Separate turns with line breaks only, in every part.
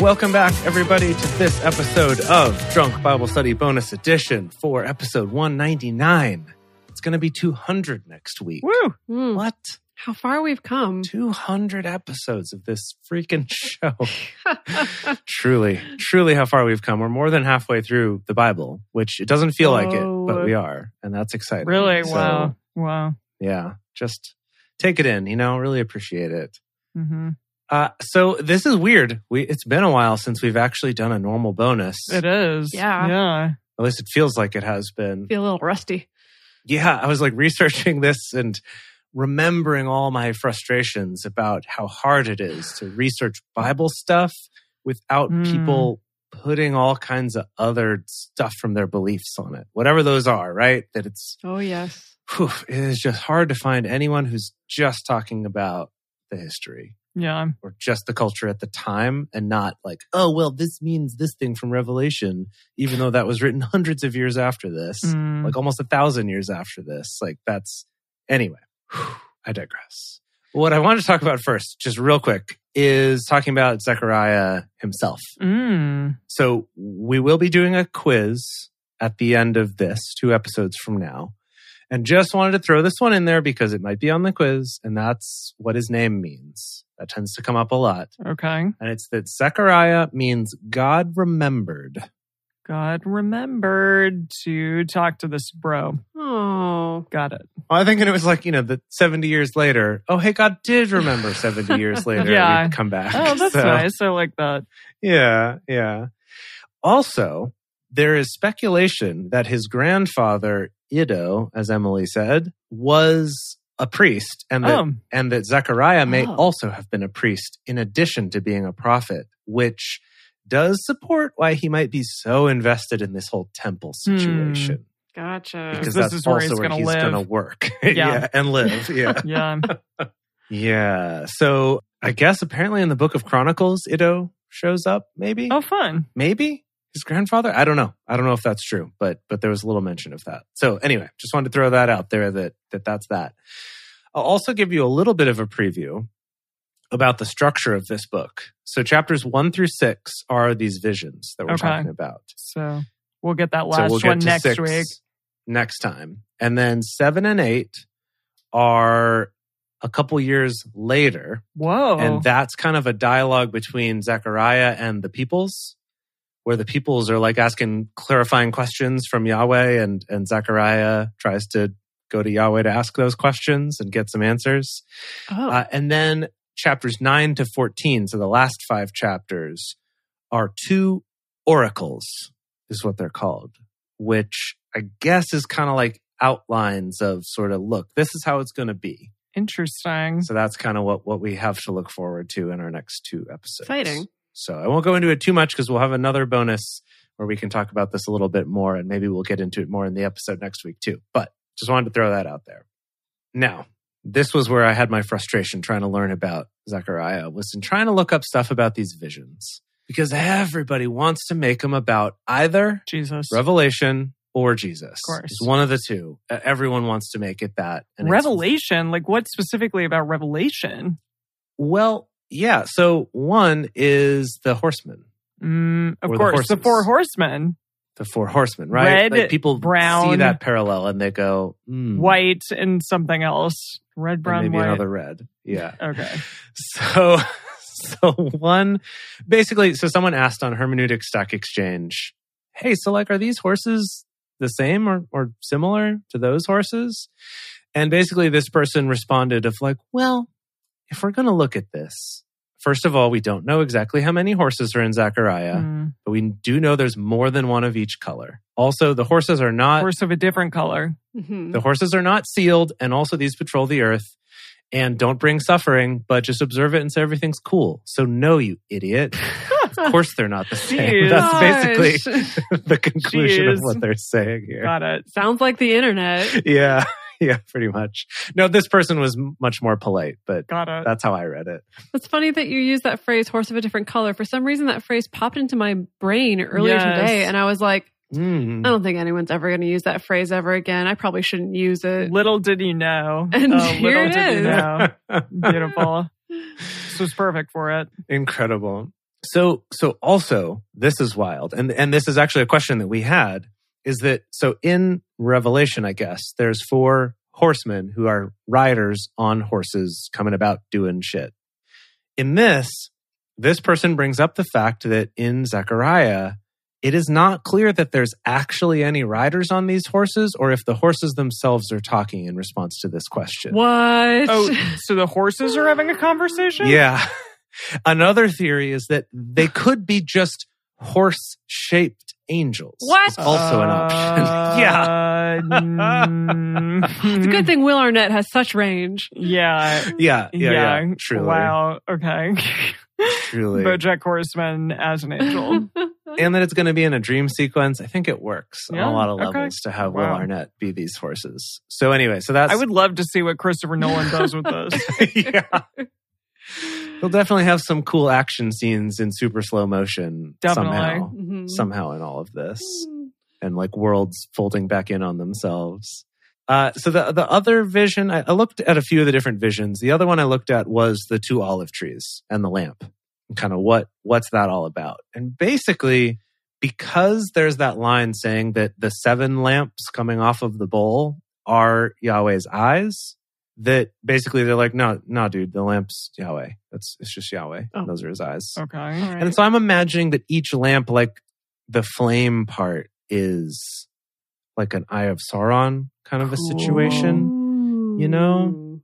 Welcome back, everybody, to this episode of Drunk Bible Study Bonus Edition for episode 199. It's going to be 200 next week.
Woo!
Mm,
What?
How far we've come.
200 episodes of this freaking show. truly, truly, how far we've come. We're more than halfway through the Bible, which it doesn't feel like it, but
Oh.
we are. And that's exciting.
Really?
So,
wow. Wow.
Yeah. Just take it in, you know, really appreciate it.
Mm-hmm.
Uh, so this is weird. We it's been a while since we've actually done a normal bonus.
It is.
Yeah.
Yeah.
At least it feels like it has been.
Feel a little rusty.
Yeah, I was like researching this and remembering all my frustrations about how hard it is to research Bible stuff without
Mm.
people putting all kinds of other stuff from their beliefs on it. Whatever those are, right? That it's
Oh, yes.
whew, it is just hard to find anyone who's just talking about the history
Yeah.
or just the culture at the time and not like, oh, well, this means this thing from Revelation, even though that was written hundreds of years after this,
Mm.
like almost a thousand years after this. Like, that's anyway, whew, I digress. What I want to talk about first, just real quick, is talking about Zechariah himself.
Mm.
So we will be doing a quiz at the end of this, two episodes from now. And just wanted to throw this one in there because it might be on the quiz, and that's what his name means. That tends to come up a lot.
Okay.
And it's that Zechariah means God remembered.
God remembered to talk to this bro.
Oh,
Got it.
Well, I think it was like, you know, the 70 years later, oh, hey, God did remember 70 years later.
Yeah.
we'd come back.
Oh, that's
So,
nice. I like that.
Yeah, yeah. Also, there is speculation that his grandfather, Iddo, as Emily said, was a priest and that
Oh,
and that Zechariah may
Oh.
also have been a priest in addition to being a prophet, which does support why he might be so invested in this whole temple situation
gotcha.
because
Hmm. Uh, This
that's
is where
also
he's
where
gonna
he's
live.
going to work
Yeah.
and live yeah
yeah.
yeah so i guess apparently in the book of chronicles Iddo shows up maybe
Oh, fun.
maybe his grandfather i don't know i don't know if that's true but but there was a little mention of that so anyway just wanted to throw that out there that that that's that i'll also give you a little bit of a preview about the structure of this book so chapters 1 through 6 are these visions that we're
Okay.
talking about
So we'll get that last
so we'll get
one
to
next
six
week.
next time and then 7 and 8 are a couple years later
Whoa.
and that's kind of a dialogue between Zechariah and the peoples, where the peoples are like asking clarifying questions from Yahweh, and and Zechariah tries to go to Yahweh to ask those questions and get some answers.
oh,
Uh, and then chapters nine to fourteen, so the last five chapters, are two oracles, is what they're called, which I guess is kind of like outlines of sort of look, this is how it's going to be.
Interesting.
So that's kind of what what we have to look forward to in our next two episodes.
exciting.
So I won't go into it too much because we'll have another bonus where we can talk about this a little bit more, and maybe we'll get into it more in the episode next week too. But just wanted to throw that out there. Now, this was where I had my frustration trying to learn about Zechariah was in trying to look up stuff about these visions because everybody wants to make them about either
Jesus.
Revelation or Jesus.
course.
It's one of the two. Uh, Everyone wants to make it that. and it's
Revelation. Like, what specifically about Revelation?
Well, yeah. So one is the horsemen,
Mm, of
Or the
course, the,
horses.
four horsemen
the four horsemen, right?
Red,
like people see
brown,
that parallel and they go, hmm,
white and something else. Red,
and
brown,
maybe
white.
another red. Yeah.
Okay.
So, so one, basically, so someone asked on Hermeneutic Stock Exchange, hey, so like, are these horses the same or, or similar to those horses? And basically, this person responded of like, well, if we're going to look at this, first of all, we don't know exactly how many horses are in Zechariah.
Mm.
but we do know there's more than one of each color. Also, the horses are not
Horse of a different color.
Mhm.
the horses are not sealed, and also these patrol the earth and don't bring suffering, but just observe it and say everything's cool. So no, you idiot. of course, they're not the same.
Jeez.
That's basically
Gosh.
the conclusion of
Jeez.
what they're saying here.
Got it.
Sounds like the internet.
Yeah, yeah, pretty much. No, this person was m- much more polite, but
Got it.
that's how I read it.
It's funny that you use that phrase "horse of a different color." For some reason, that phrase popped into my brain earlier
Yes.
today, and I was like,
Mm.
"I don't think anyone's ever going to use that phrase ever again. I probably shouldn't use it."
Little did you know.
And
Oh,
here
little
it
did you
is.
Oh, know. Beautiful. this was perfect for it.
Incredible. So so also this is wild. And and this is actually a question that we had is that so in Revelation I guess there's four horsemen who are riders on horses coming about doing shit. In this this person brings up the fact that in Zechariah it is not clear that there's actually any riders on these horses or if the horses themselves are talking in response to this question.
What?
Oh, so the horses are having a conversation?
Yeah. Another theory is that they could be just horse shaped angels.
What?
It's also an
Uh,
option. yeah.
yeah.
It's a
mm-hmm.
good thing Will Arnett has such range.
Uh, Yeah.
Yeah, yeah, yeah, Truly.
Wow. Okay.
Truly.
Bojack Horseman as an angel.
and that it's going to be in a dream sequence. I think it works on
Yeah,
a lot of
okay.
levels to have Will
Wow.
Arnett be these horses. So, anyway, so that's.
I would love to see what Christopher Nolan does with this.
yeah. He'll definitely have some cool action scenes in super slow motion
Definitely.
somehow.
Mhm.
Somehow in all of this. and like worlds folding back in on themselves. Uh, so the the other vision, I, I looked at a few of the different visions. The other one I looked at was the two olive trees and the lamp, and kind of what what's that all about? And basically, because there's that line saying that the seven lamps coming off of the bowl are Yahweh's eyes. That basically they're like, no, no, dude, the lamp's Yahweh. That's it's just Yahweh.
Oh.
Those are his eyes.
Okay.
And so I'm imagining that each lamp, like the flame part, is like an Eye of Sauron kind of a situation. you know?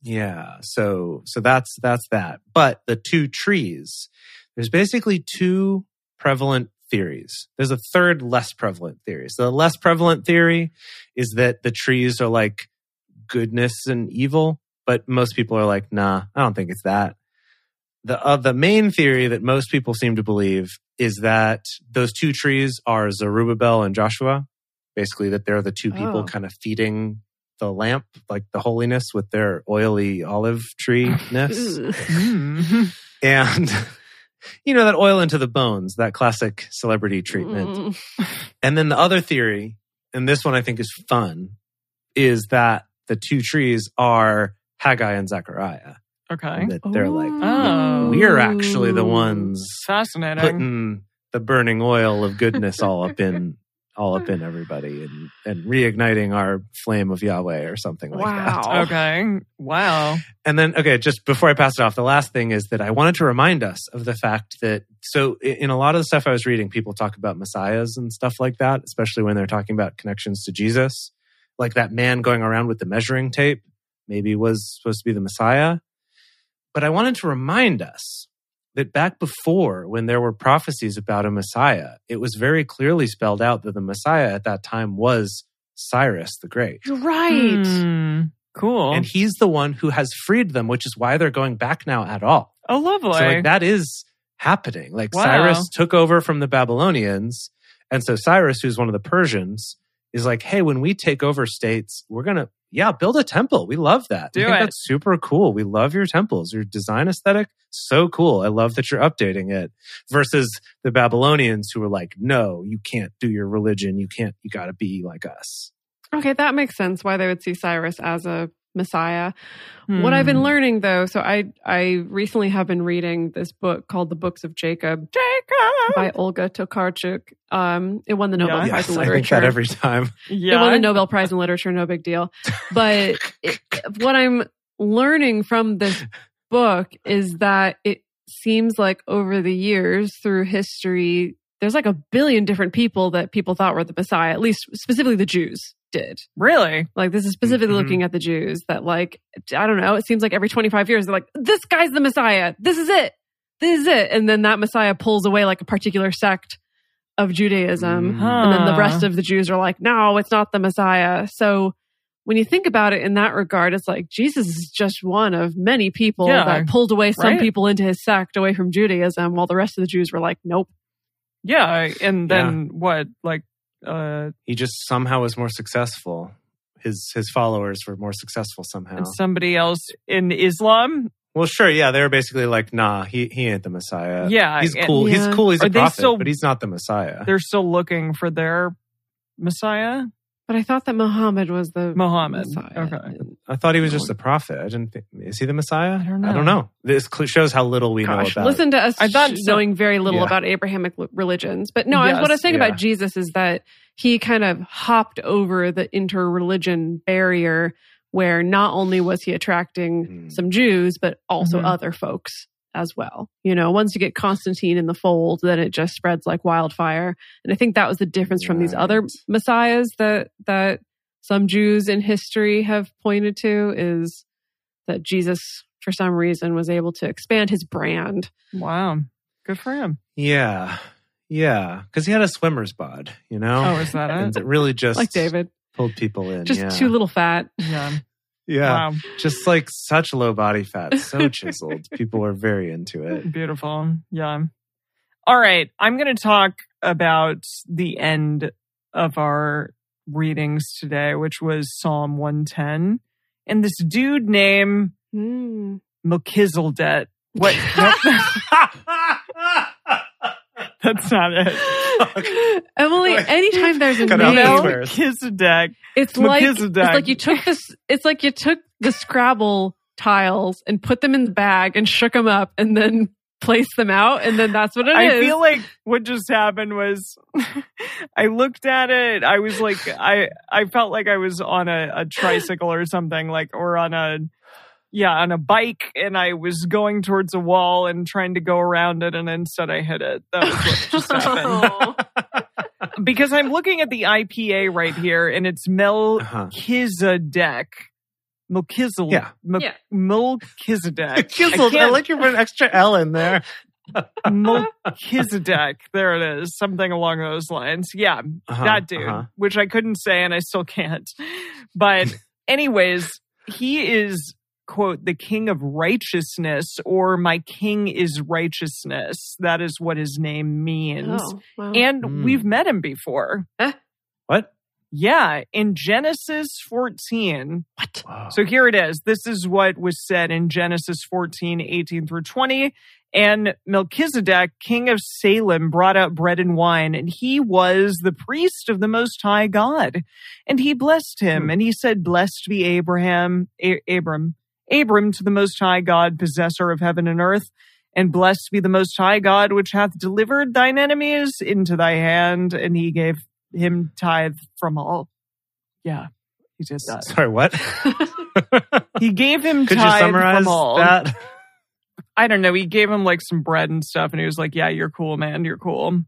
Yeah. So so that's that's that. But the two trees, there's basically two prevalent theories. There's a third less prevalent theory. So the less prevalent theory is that the trees are like goodness and evil, but most people are like, nah, I don't think it's that. The uh, the main theory that most people seem to believe is that those two trees are Zerubbabel and Joshua. Basically, that they're the two people
Oh.
kind of feeding the lamp, like the holiness, with their oily olive tree ness,
Ugh.
Hmm.
and you know that oil into the bones, that classic celebrity treatment.
Mm.
And then the other theory, and this one I think is fun, is that the two trees are Haggai and Zechariah.
Okay.
And that they're like,
Oh.
we're actually the ones
Fascinating.
putting the burning oil of goodness all up in all up in everybody and, and reigniting our flame of Yahweh or something like that.
Wow.
okay. Wow.
And then, okay, just before I pass it off, the last thing is that I wanted to remind us of the fact that, so i- in a lot of the stuff I was reading, people talk about messiahs and stuff like that, especially when they're talking about connections to Jesus. Like that man going around with the measuring tape maybe was supposed to be the messiah. But I wanted to remind us that back before, when there were prophecies about a messiah, it was very clearly spelled out that the messiah at that time was Cyrus the Great.
You're right.
Hmm. Cool.
And he's the one who has freed them, which is why they're going back now at all.
oh, lovely.
So like that is happening. Like
Wow.
Cyrus took over from the Babylonians. And so Cyrus, who's one of the Persians, is like, hey, when we take over states, we're gonna yeah, build a temple. We love that. We
Do
think
it.
That's super cool. We love your temples. Your design aesthetic, so cool. I love that you're updating it. Versus the Babylonians who were like, no, you can't do your religion. You can't. You got to be like us.
Okay, that makes sense why they would see Cyrus as a messiah. What I've been
Hmm.
learning though, so I I recently have been reading this book called The Books of Jacob
Jacob.
by Olga Tokarczuk. Um, it won the Nobel
Oh. Yeah.
Prize
yes,
in
I
Literature.
think that every time.
yeah.
It won the Nobel Prize in Literature, no big deal. But it, what I'm learning from this book is that it seems like over the years through history, there's like a billion different people that people thought were the Messiah, at least specifically the Jews did.
Really?
Like this is specifically
Mhm.
looking at the Jews that like I don't know, it seems like every 25 years they're like this guy's the Messiah. This is it. This is it. And then that Messiah pulls away like a particular sect of
Mm-hmm.
Judaism and then the
Huh.
rest of the Jews are like, no, it's not the Messiah. So when you think about it in that regard, it's like Jesus is just one of many people
Yeah,
that pulled away some
right.
people into his sect away from Judaism, while the rest of the Jews were like, nope.
Yeah, and then what? Like, uh,
he just somehow was more successful. His his followers were more successful somehow.
and somebody else in Islam?
Well, sure, yeah, they were basically like, nah, he he ain't the Messiah.
yeah,
he's
and
cool. He's
Yeah.
cool. He's
Are
a
they
prophet,
still-
but he's not the Messiah.
They're still looking for their Messiah,
But I thought that Muhammad was the
Muhammad.
Messiah.
Okay,
I thought he was just a prophet. I didn't. Think, is he the Messiah?
I don't know.
I don't know. This cl- shows how little we
Gosh,
know about.
Listen to us
I thought so-
knowing very little
Yeah.
about Abrahamic l- religions. But no, I was- what I was
Yes,
saying
yeah.
about Jesus is that he kind of hopped over the interreligion barrier where not only was he attracting
Mm.
some Jews, but also
Mhm.
other folks as well. You know, once you get Constantine in the fold, then it just spreads like wildfire. And I think that was the difference from these other
Right.
messiahs that that some Jews in history have pointed to is that Jesus for some reason was able to expand his brand
Wow. Good for him.
Yeah, yeah, because he had a swimmer's bod. You know,
Oh, is that
and
it?
it really just
like David,
pulled people in.
just
yeah.
too little fat.
Yeah.
Yeah,
Wow.
just like such low body fat, so chiseled. people were very into it.
Beautiful. Yeah. All right. I'm going to talk about the end of our readings today, which was Psalm 110. And this dude named
Hmm.
Melchizedek. What? Nope. that's not it.
Emily, anytime there's a
Cut out the
name,
swear.
Melchizedek.
it's like it's
Melchizedek.
like you took this. It's like you took the Scrabble tiles and put them in the bag and shook them up and then placed them out and then that's what it is.
I feel like what just happened was I looked at it. I was like, I I felt like I was on a, a tricycle or something, like or on a yeah on a bike, and I was going towards a wall and trying to go around it, and instead I hit it. That was what just happened
Oh.
because I'm looking at the IPA right here, and it's Mel
Uh-huh.
Melchizedek. Melchizedek.
Yeah.
Mel-
Yeah.
Melchizedek.
Chiseled. I,
can't-
like you put an extra L in there.
Melchizedek. There it is. Something along those lines. Yeah.
Uh-huh,
that dude,
uh-huh.
which I couldn't say and I still can't. But, anyways, he is, quote, the king of righteousness, or my king is righteousness. That is what his name means.
Oh, wow.
And
Hmm.
we've met him before.
What?
Yeah, in Genesis 14.
what?
Whoa.
So here it is. This is what was said in Genesis 14, 18 through 20. And Melchizedek, king of Salem, brought out bread and wine, and he was the priest of the Most High God. And he blessed him,
Hmm.
and he said, Blessed be Abraham, A- Abram, Abram to the Most High God, possessor of heaven and earth. And blessed be the Most High God, which hath delivered thine enemies into thy hand. And he gave him tithe from all. Yeah, he did that
Sorry, what?
he gave him
Could you
tithe
summarize
from all.
that?
I don't know. He gave him like some bread and stuff, and he was like, "Yeah, you're cool, man. You're cool."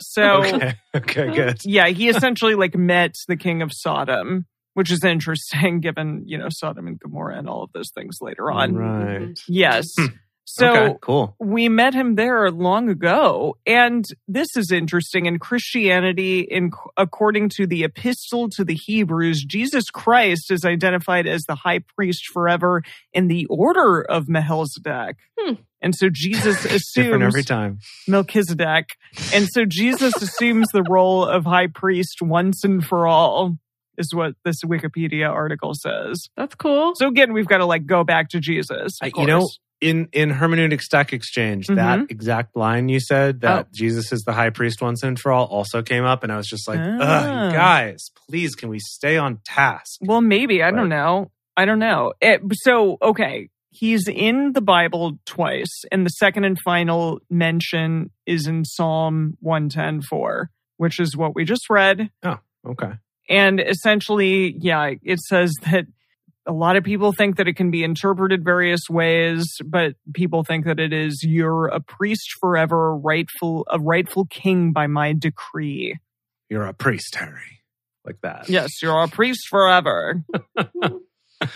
So
Okay. Okay. Good.
yeah, he essentially like met the king of Sodom, which is interesting given you know Sodom and Gomorrah and all of those things later on.
Right.
Mm-hmm.
Yes.
Hmm.
So
okay. Cool.
we met him there long ago and this is interesting in christianity in according to the epistle to the hebrews jesus christ is identified as the high priest forever in the order of melchizedek
Hmm.
and so jesus
Different every
assumes
time.
melchizedek and so jesus assumes the role of high priest once and for all is what this wikipedia article says
That's cool.
so again we've got to like go back to jesus of
I- you know,
course.
In in hermeneutic stock exchange,
Mm-hmm.
that exact line you said that
Oh.
Jesus is the high priest once and for all also came up, and I was just like, Ugh,
Ah.
you guys, please, can we stay on task?
Well, maybe. I
But-
don't know. I don't know. It, so, okay. He's in the Bible twice, and the second and final mention is in Psalm 110:4, which is what we just read.
Okay.
And essentially, yeah, it says that a lot of people think that it can be interpreted various ways, but people think that it is you're a priest forever, rightful a rightful king by my decree.
You're a priest, Harry. Like that.
Yes, you're a priest forever.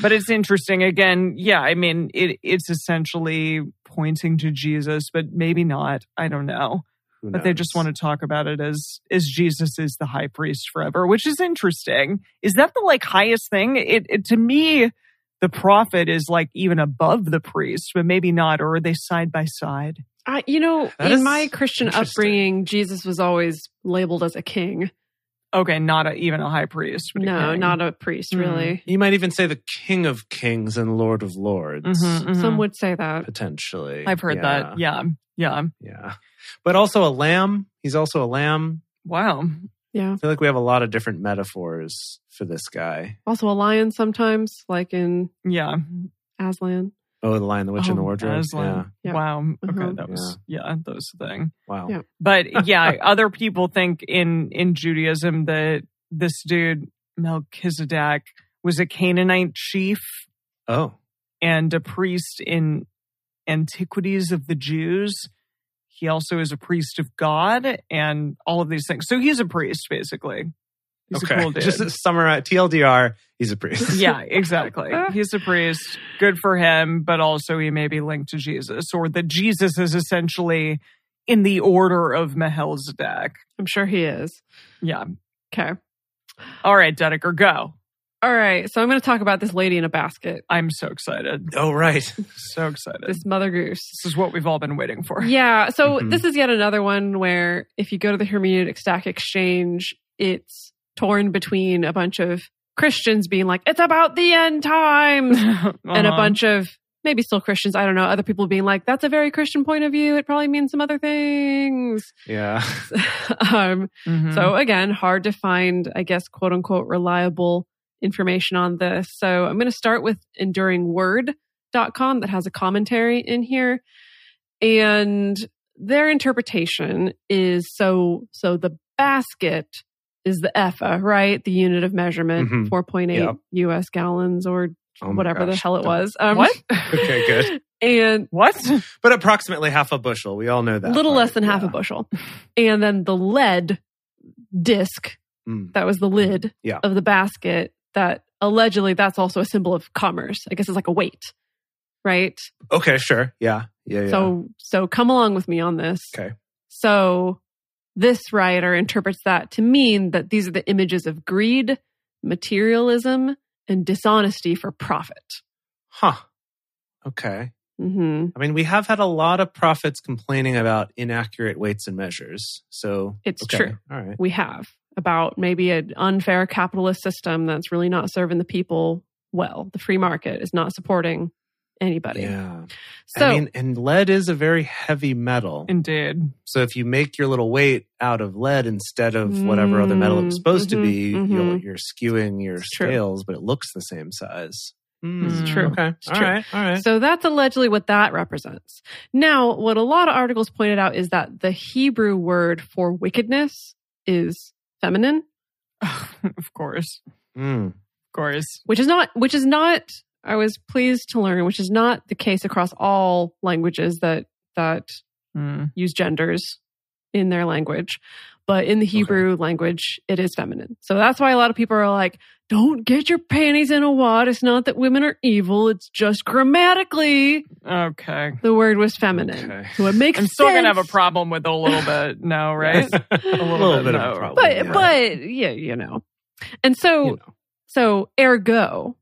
but it's interesting. Again, yeah, I mean, it, it's essentially pointing to Jesus, but maybe not. I don't know.
Who
But they just
knows?
want to talk about it as as Jesus is the high priest forever, which is interesting. Is that the like highest thing? It, it to me, the prophet is like even above the priest, but maybe not. Or are they side by side?
I, you know,
That is
in my Christian
interesting.
upbringing, Jesus was always labeled as a king.
Okay, not a, even a high priest. but a
No,
king.
not a priest,
Hmm.
Mm-hmm.
really.
You might even say the King of Kings and Lord of Lords,
Mhm, mhm.
Some would say that.
potentially.
I've heard that. Yeah, yeah.
Yeah. But also a lamb. He's also a lamb.
Wow.
Yeah.
I feel like we have a lot of different metaphors for this guy.
Also, a lion sometimes, like in
Yeah.
Aslan.
Oh, the Lion, the Witch, and the
Oh,
Wardrobe.
Aslan.
Yeah.
Yeah.
Wow. Okay,
Mhm.
that was yeah, that was the thing.
Wow.
Yeah.
But yeah, other people think in in Judaism that this dude Melchizedek was a Canaanite chief
Oh,
and a priest in Antiquities of the Jews. He also is a priest of God and all of these things. So he's a priest basically. He's
okay.
a cool dude.
Just to summarize TLDR, he's a priest.
yeah, exactly. He's a priest. Good for him, but also he may be linked to Jesus, or that Jesus is essentially in the order of Melchizedek.
I'm sure he is.
Yeah.
Okay.
All right, Dedeker, go.
All right. So I'm going to talk about this lady in a basket,
I'm so excited.
Oh, right.
So excited. This,
this mother goose.
is what we've all been waiting for.
Yeah. So
Mhm.
this is yet another one where if you go to the hermeneutic stack exchange, it's torn between a bunch of Christians being like, it's about the end times, and a
Uh-huh.
bunch of maybe still Christians, I don't know, other people being like, that's a very Christian point of view. It probably means some other things.
Yeah.
um,
Mhm.
So again, hard to find, I guess, quote unquote, reliable information on this. So I'm going to start with enduringword.com that has a commentary in here. And their interpretation is so, so the basket is the EFA, right? The unit of measurement,
Mhm.
4.8
Yep.
US gallons or
Oh my
whatever the
gosh.
hell it was. Um,
What?
Okay, good.
And
What?
But approximately half a bushel. We all know that.
a little
part.
less than half a
Yeah.
bushel. And then the lead disc
Mm.
that was the lid
Yeah.
of the basket that allegedly that's also a symbol of commerce i guess it's like a weight right
Okay, sure. Yeah. Yeah. yeah.
so so come along with me on this
Okay.
so this writer interprets that to mean that these are the images of greed materialism and dishonesty for profit
huh. Okay.
hmm
I mean, we have had a lot of prophets complaining about inaccurate weights and measures. So
It's
okay.
true.
All right.
we have about maybe an unfair capitalist system that's really not serving the people well the free market is not supporting anybody
Yeah.
so
I mean, and lead is a very heavy metal.
Indeed.
So if you make your little weight out of lead instead of whatever other metal it's supposed to
Mhm,
be,
mhm,
you'll, you're skewing your
It's true.
scales, but it looks the same size.
It's
Mm,
true.
Okay. All right.
true.
All right.
So that's allegedly what that represents. Now, what a lot of articles pointed out is that the Hebrew word for wickedness is feminine,
of course.
Mm,
Of course.
which is not which is not I was pleased to learn, which is not the case across all languages that that
Mm.
use genders in their language. But in the Hebrew language, it is feminine. So that's why a lot of people are like, don't get your panties in a wad. It's not that women are evil. It's just grammatically
Okay.
the word was feminine.
okay.
So it makes
I'm still going to have a
sense.
problem with it a little bit now, right?
a
little
little
bit,
bit
no.
of a problem.
but
yeah.
but yeah, you know. And so
You know.
so ergo,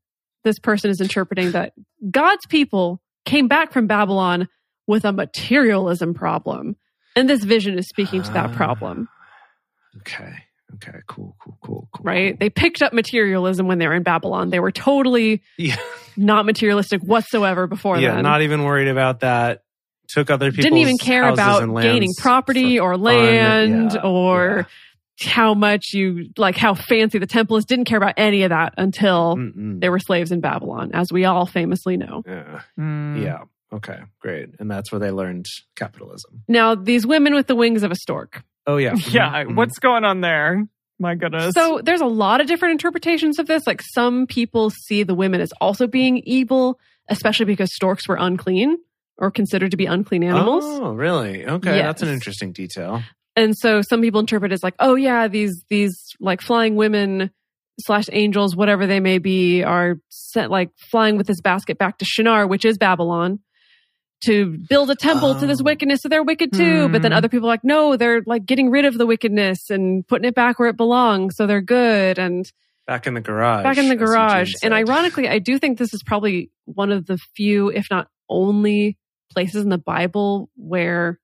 this person is interpreting that God's people came back from Babylon with a materialism problem. And this vision is speaking to that
Ah.
problem,
Okay. Okay. Cool. Cool. Cool. Cool.
right? They picked up materialism when they were in Babylon. They were totally
Yeah.
not materialistic whatsoever before
yeah.
then.
Not even worried about that. Took other people.
Didn't even care about gaining property or land
yeah,
or how much you like how fancy the temple is. Didn't care about any of that until
Mm-mm.
they were slaves in Babylon, as we all famously know.
Yeah.
Mm.
Yeah. Okay. Great. And that's where they learned capitalism.
Now, these women with the wings of a stork.
Oh yeah.
Yeah.
Mhm.
What's going on there? My goodness.
So there's a lot of different interpretations of this. Like some people see the women as also being evil, especially because storks were unclean or considered to be unclean animals.
Oh, really? Okay. That's an
Yes.
interesting detail.
And so some people interpret it as like, oh yeah, these these like flying women slash angels, whatever they may be, are sent like flying with this basket back to Shinar, which is Babylon, to build a temple to this
Oh.
wickedness. So they're wicked too. But then
Hmm.
other people are like, no, they're like getting rid of the wickedness and putting it back where it belongs. So they're good and
Back in the garage.
back in the
as Eugene
garage.
said.
And ironically, I do think this is probably one of the few, if not only, places in the Bible where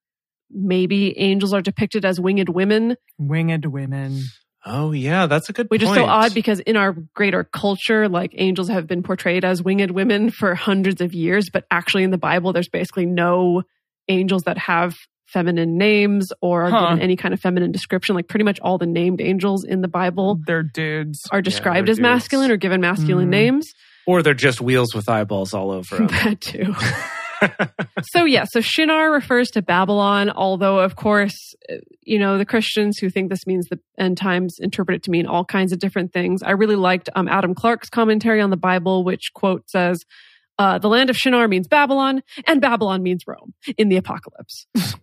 maybe angels are depicted as winged women
Winged women.
Oh yeah, that's a good.
which is so
point.
odd because in our greater culture, like angels have been portrayed as winged women for hundreds of years, but actually in the Bible, there's basically no angels that have feminine names or are
Huh.
given any kind of feminine description. Like pretty much all the named angels in the Bible
They're dudes.
are described
Mm. they're
as masculine
dudes.
or given masculine
Mm.
names.
Or they're just wheels with eyeballs all over them.
That too. so yeah, so Shinar refers to Babylon, although of course, uh, you know, the Christians who think this means the end times interpret it to mean all kinds of different things. I really liked um, Adam Clark's commentary on the Bible, which quote says, uh, "The land of Shinar means Babylon, and Babylon means Rome in the apocalypse."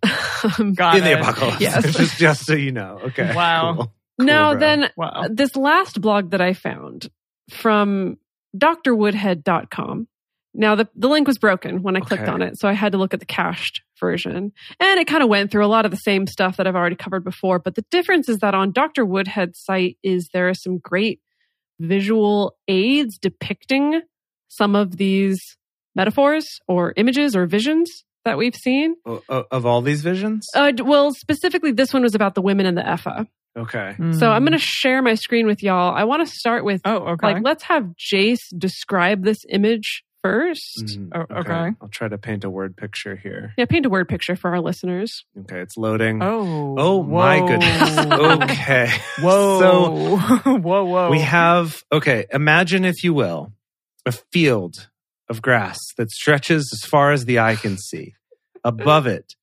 Um,
Got
in the
it.
apocalypse.
Yes.
just, just so you know. Okay.
Wow.
cool.
now
bro.
then,
Wow.
uh, this last blog that I found from drwoodhead.com. Now, the, the link was broken when I clicked
Okay.
on it, so I had to look at the cached version. And it kind of went through a lot of the same stuff that I've already covered before. But the difference is that on Dr. Woodhead's site is there are some great visual aids depicting some of these metaphors or images or visions that we've seen.
O- o- Of all these visions?
Uh, d- well, specifically, this one was about the women and the Epha.
Okay.
So
Mm.
I'm going to share my screen with y'all. I want to start with
hmm. Oh, okay.
like, let's have Jace describe this image first.
Mm,
Oh, okay.
I'll try to paint a word picture here.
Yeah, paint a word picture for our listeners.
Okay, it's loading.
oh.
Oh, my goodness. Okay.
Whoa.
So
whoa. Whoa.
we have, okay, imagine, if you will, a field of grass that stretches as far as the eye can see. Above it,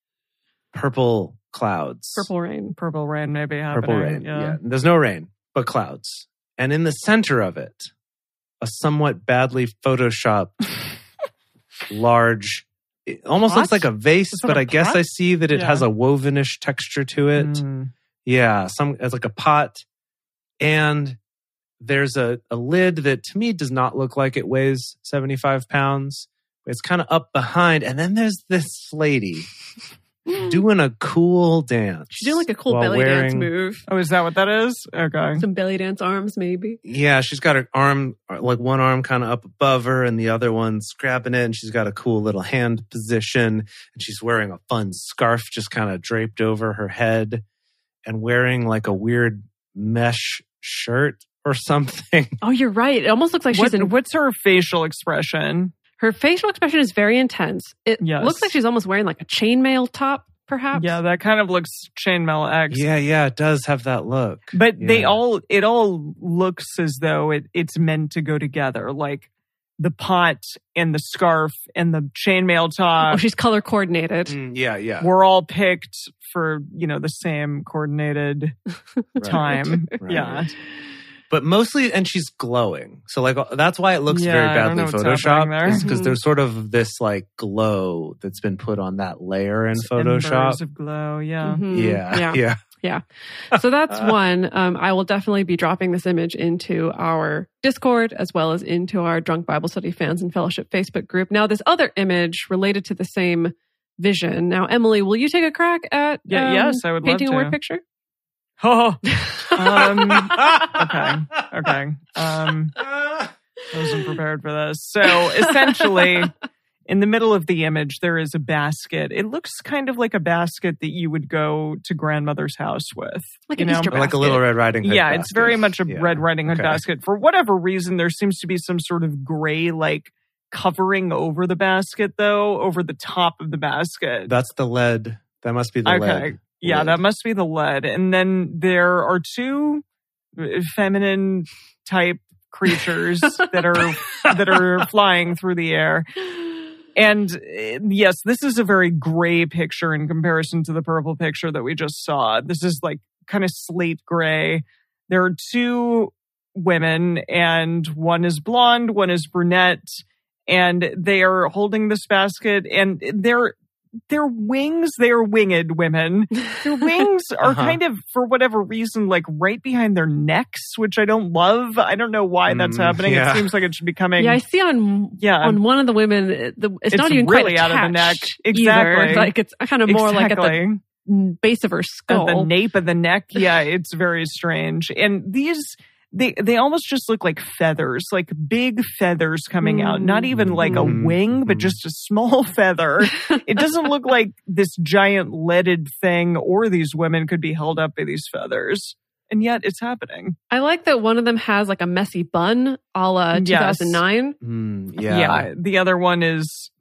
purple clouds.
Purple rain.
purple rain maybe happening.
Purple rain.
Yeah.
Yeah. There's no rain, but clouds. And in the center of it, a somewhat badly photoshopped large it almost looks
Pot?
like a vase,
Is that
but
a
I guess
pot?
I see that it
Yeah.
has a wovenish texture to it.
Mm.
Yeah, some it's like a pot. And there's a, a lid that to me does not look like it weighs 75 pounds. It's kind of up behind. And then there's this lady doing a cool dance.
She did Hmm. like a cool
while
belly dance
wearing-
move.
Oh, is that what that is? Okay.
Some belly dance arms, maybe.
Yeah, she's got her arm, uh, like one arm kind of up above her and the other one's grabbing it. And she's got a cool little hand position. And she's wearing a fun scarf just kind of draped over her head and wearing like a weird mesh shirt or something.
Oh, you're right. It almost looks like
What-
she's in.
what's her facial expression?
Her facial expression is very intense. It
Yes.
looks like she's almost wearing like a chainmail top, perhaps.
Yeah, that kind of looks chainmail X.
yeah, yeah, it does have that look.
But they
Yeah.
all it all looks as though it, it's meant to go together. Like the pot and the scarf and the chainmail
oh,
top
she's color coordinated.
Mm, yeah, yeah.
were all picked for, you know, the same coordinated
Right,
time.
right.
Yeah.
But mostly, and she's glowing. So, like, uh, that's why it looks
Yeah,
very
I
badly
don't know what's happening there. Mm-hmm.
photoshopped. Is because
Mhm.
there's sort of this like glow that's been put on that layer in Photoshop.
Embers of glow, Mm, yeah.
Mm-hmm.
Mhm.
Yeah, yeah.
so that's one. Um, I will definitely be dropping this image into our Discord as well as into our Drunk Bible Study Fans and Fellowship Facebook group. Now, this other image related to the same vision. Now, Emily, will you take a crack at
Yeah,
um,
yes, I would love
painting a word
to.
picture?
Oh, um, okay. Okay. Um, I wasn't prepared for this. So essentially, in the middle of the image, there is a basket. It looks kind of like a basket that you would go to grandmother's house with.
Like
you
an
know?
Easter
Or like a little Red Riding Hood.
yeah, it's
basket.
very much a
Yeah.
Red Riding Hood
Okay.
basket. For whatever reason, there seems to be some sort of gray, like covering over the basket, though, over the top of the basket.
That's the lead. That must be the
Okay.
lead.
Yeah,
Lead.
that must be the lead. And then there are two uh, feminine type creatures that are that are flying through the air. And uh, yes, this is a very gray picture in comparison to the purple picture that we just saw. This is like kind of slate gray. There are two women and one is blonde, one is brunette, and they are holding this basket and their their wings, they are winged women. Their wings are
Uh-huh.
kind of, for whatever reason, like right behind their necks, which I don't love. I don't know why that's
Mm,
happening.
yeah.
It seems like it should be coming.
yeah, I see on
yeah,
on one of the women, it- the, it's,
It's
not even
really
quite
out of the neck.
attached either.
Exactly.
Like it's kind of more like at the base of her
at
skull.
the nape of the neck. Yeah, it's very strange. And these they they almost just look like feathers, like big feathers coming out. Not even like a
Mhm.
wing, but
Mhm.
just a small feather. it doesn't look like this giant leaded thing or these women could be held up by these feathers. And yet it's happening.
I like that one of them has like a messy bun, a la
Yes.
2009.
Mm, yeah.
The other one is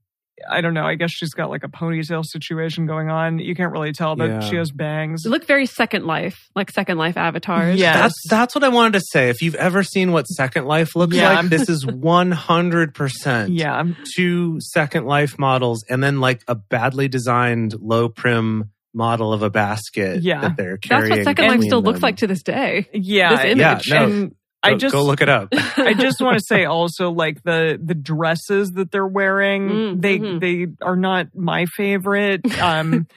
I don't know. I guess she's got like a ponytail situation going on. You can't really tell that
Yeah.
she has bangs.
They look very Second Life, like Second Life avatars.
Yeah.
That's that's what I wanted to say. If you've ever seen what Second Life looks
Yeah.
like, this is one hundred percent
Yeah.
two Second Life models, and then like a badly designed low prim model of a basket
Yeah.
that they're
That's
carrying.
what Second Life
between
still looks
them.
like to this day.
Yeah.
this image.
no.
and
I
Go-
just
go look it up.
I just want to say also like the the dresses that they're wearing
Mm,
they
mhm.
they are not my favorite um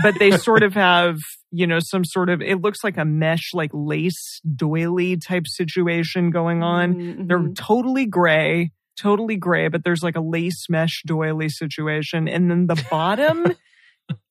but they sort of have you know some sort of it looks like a mesh like lace doily type situation going on they're
Mm-hmm.
Mhm.
totally gray totally gray but there's like a lace mesh doily situation and then the bottom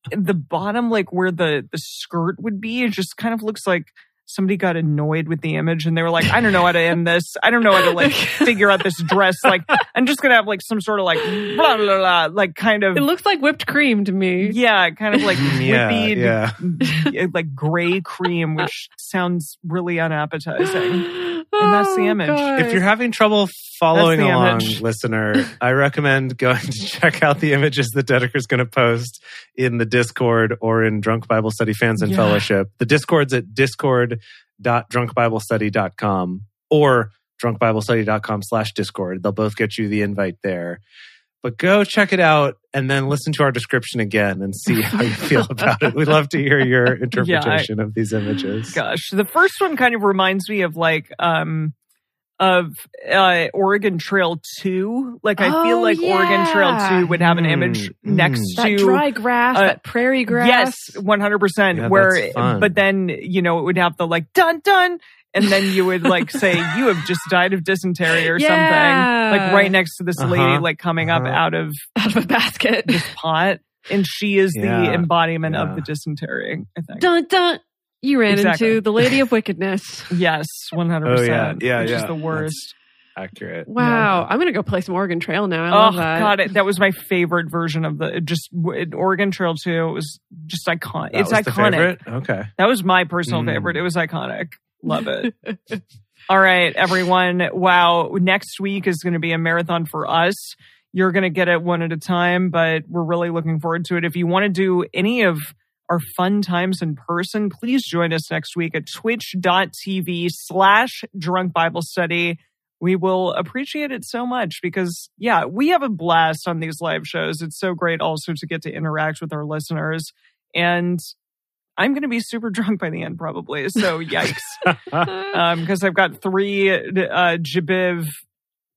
the bottom like where the the skirt would be it just kind of looks like somebody got annoyed with the image and they were like i don't know how to end this i don't know how to like figure out this dress like i'm just gonna have like some sort of like blah blah blah like kind of
It looks like whipped cream to me.
yeah kind of like
yeah,
whippy
Mm, yeah.
like gray cream which sounds really unappetizing
Oh,
that's the image.
God.
If you're having trouble following
That's the
along,
image.
listener, I recommend going to check out the images that Dedeker's going to post in the Discord or in Drunk Bible Study Fans and
Yeah.
Fellowship. The Discord's at discord.drunkbiblestudy.com or drunkbiblestudy.com slash Discord. They'll both get you the invite there. But go check it out and then listen to our description again and see how you feel about it. We'd love to hear your interpretation of these images.
gosh the first one kind of reminds me of like um of uh Oregon Trail 2 like I feel
Oh,
like Oregon
yeah.
Trail 2 would have an
Mm,
image
mm.
next
that
to
dry grass,
uh,
that prairie grass.
Yes, 100%
Yeah,
where
that's fun.
but then you know it would have the like dun dun and then you would like say you have just died of dysentery or
Yeah.
something like right next to this lady
Uh-huh,
like coming up
uh-huh.
out of
out of a basket.
this pot and she is the
Yeah,
embodiment
yeah.
of the dysentery I think.
dun dun. You ran
Exactly.
into the Lady of Wickedness.
Yes, 100%.
Oh, yeah, yeah, yeah.
which is the
That's-
worst.
Accurate.
Wow, I'm gonna go play some Oregon Trail now. I
Oh
love that.
god, it, that was my favorite version of the it just it, Oregon Trail too. It was just iconic.
That
it's
was the
iconic.
favorite? Okay.
That was my personal
Mm.
favorite. It was iconic. Love it. All right, everyone. Wow, next week is going to be a marathon for us. You're going to get it one at a time, but we're really looking forward to it. If you want to do any of our fun times in person, please join us next week at twitch.tv slash drunk Bible study. We will appreciate it so much because, yeah, we have a blast on these live shows. It's so great also to get to interact with our listeners. And I'm going to be super drunk by the end, probably. So, yikes. Um, because I've got three uh, Jibiv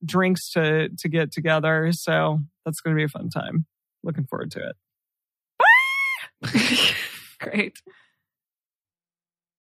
drinks to, to get together. So, that's going to be a fun time. Looking forward to it.
Great.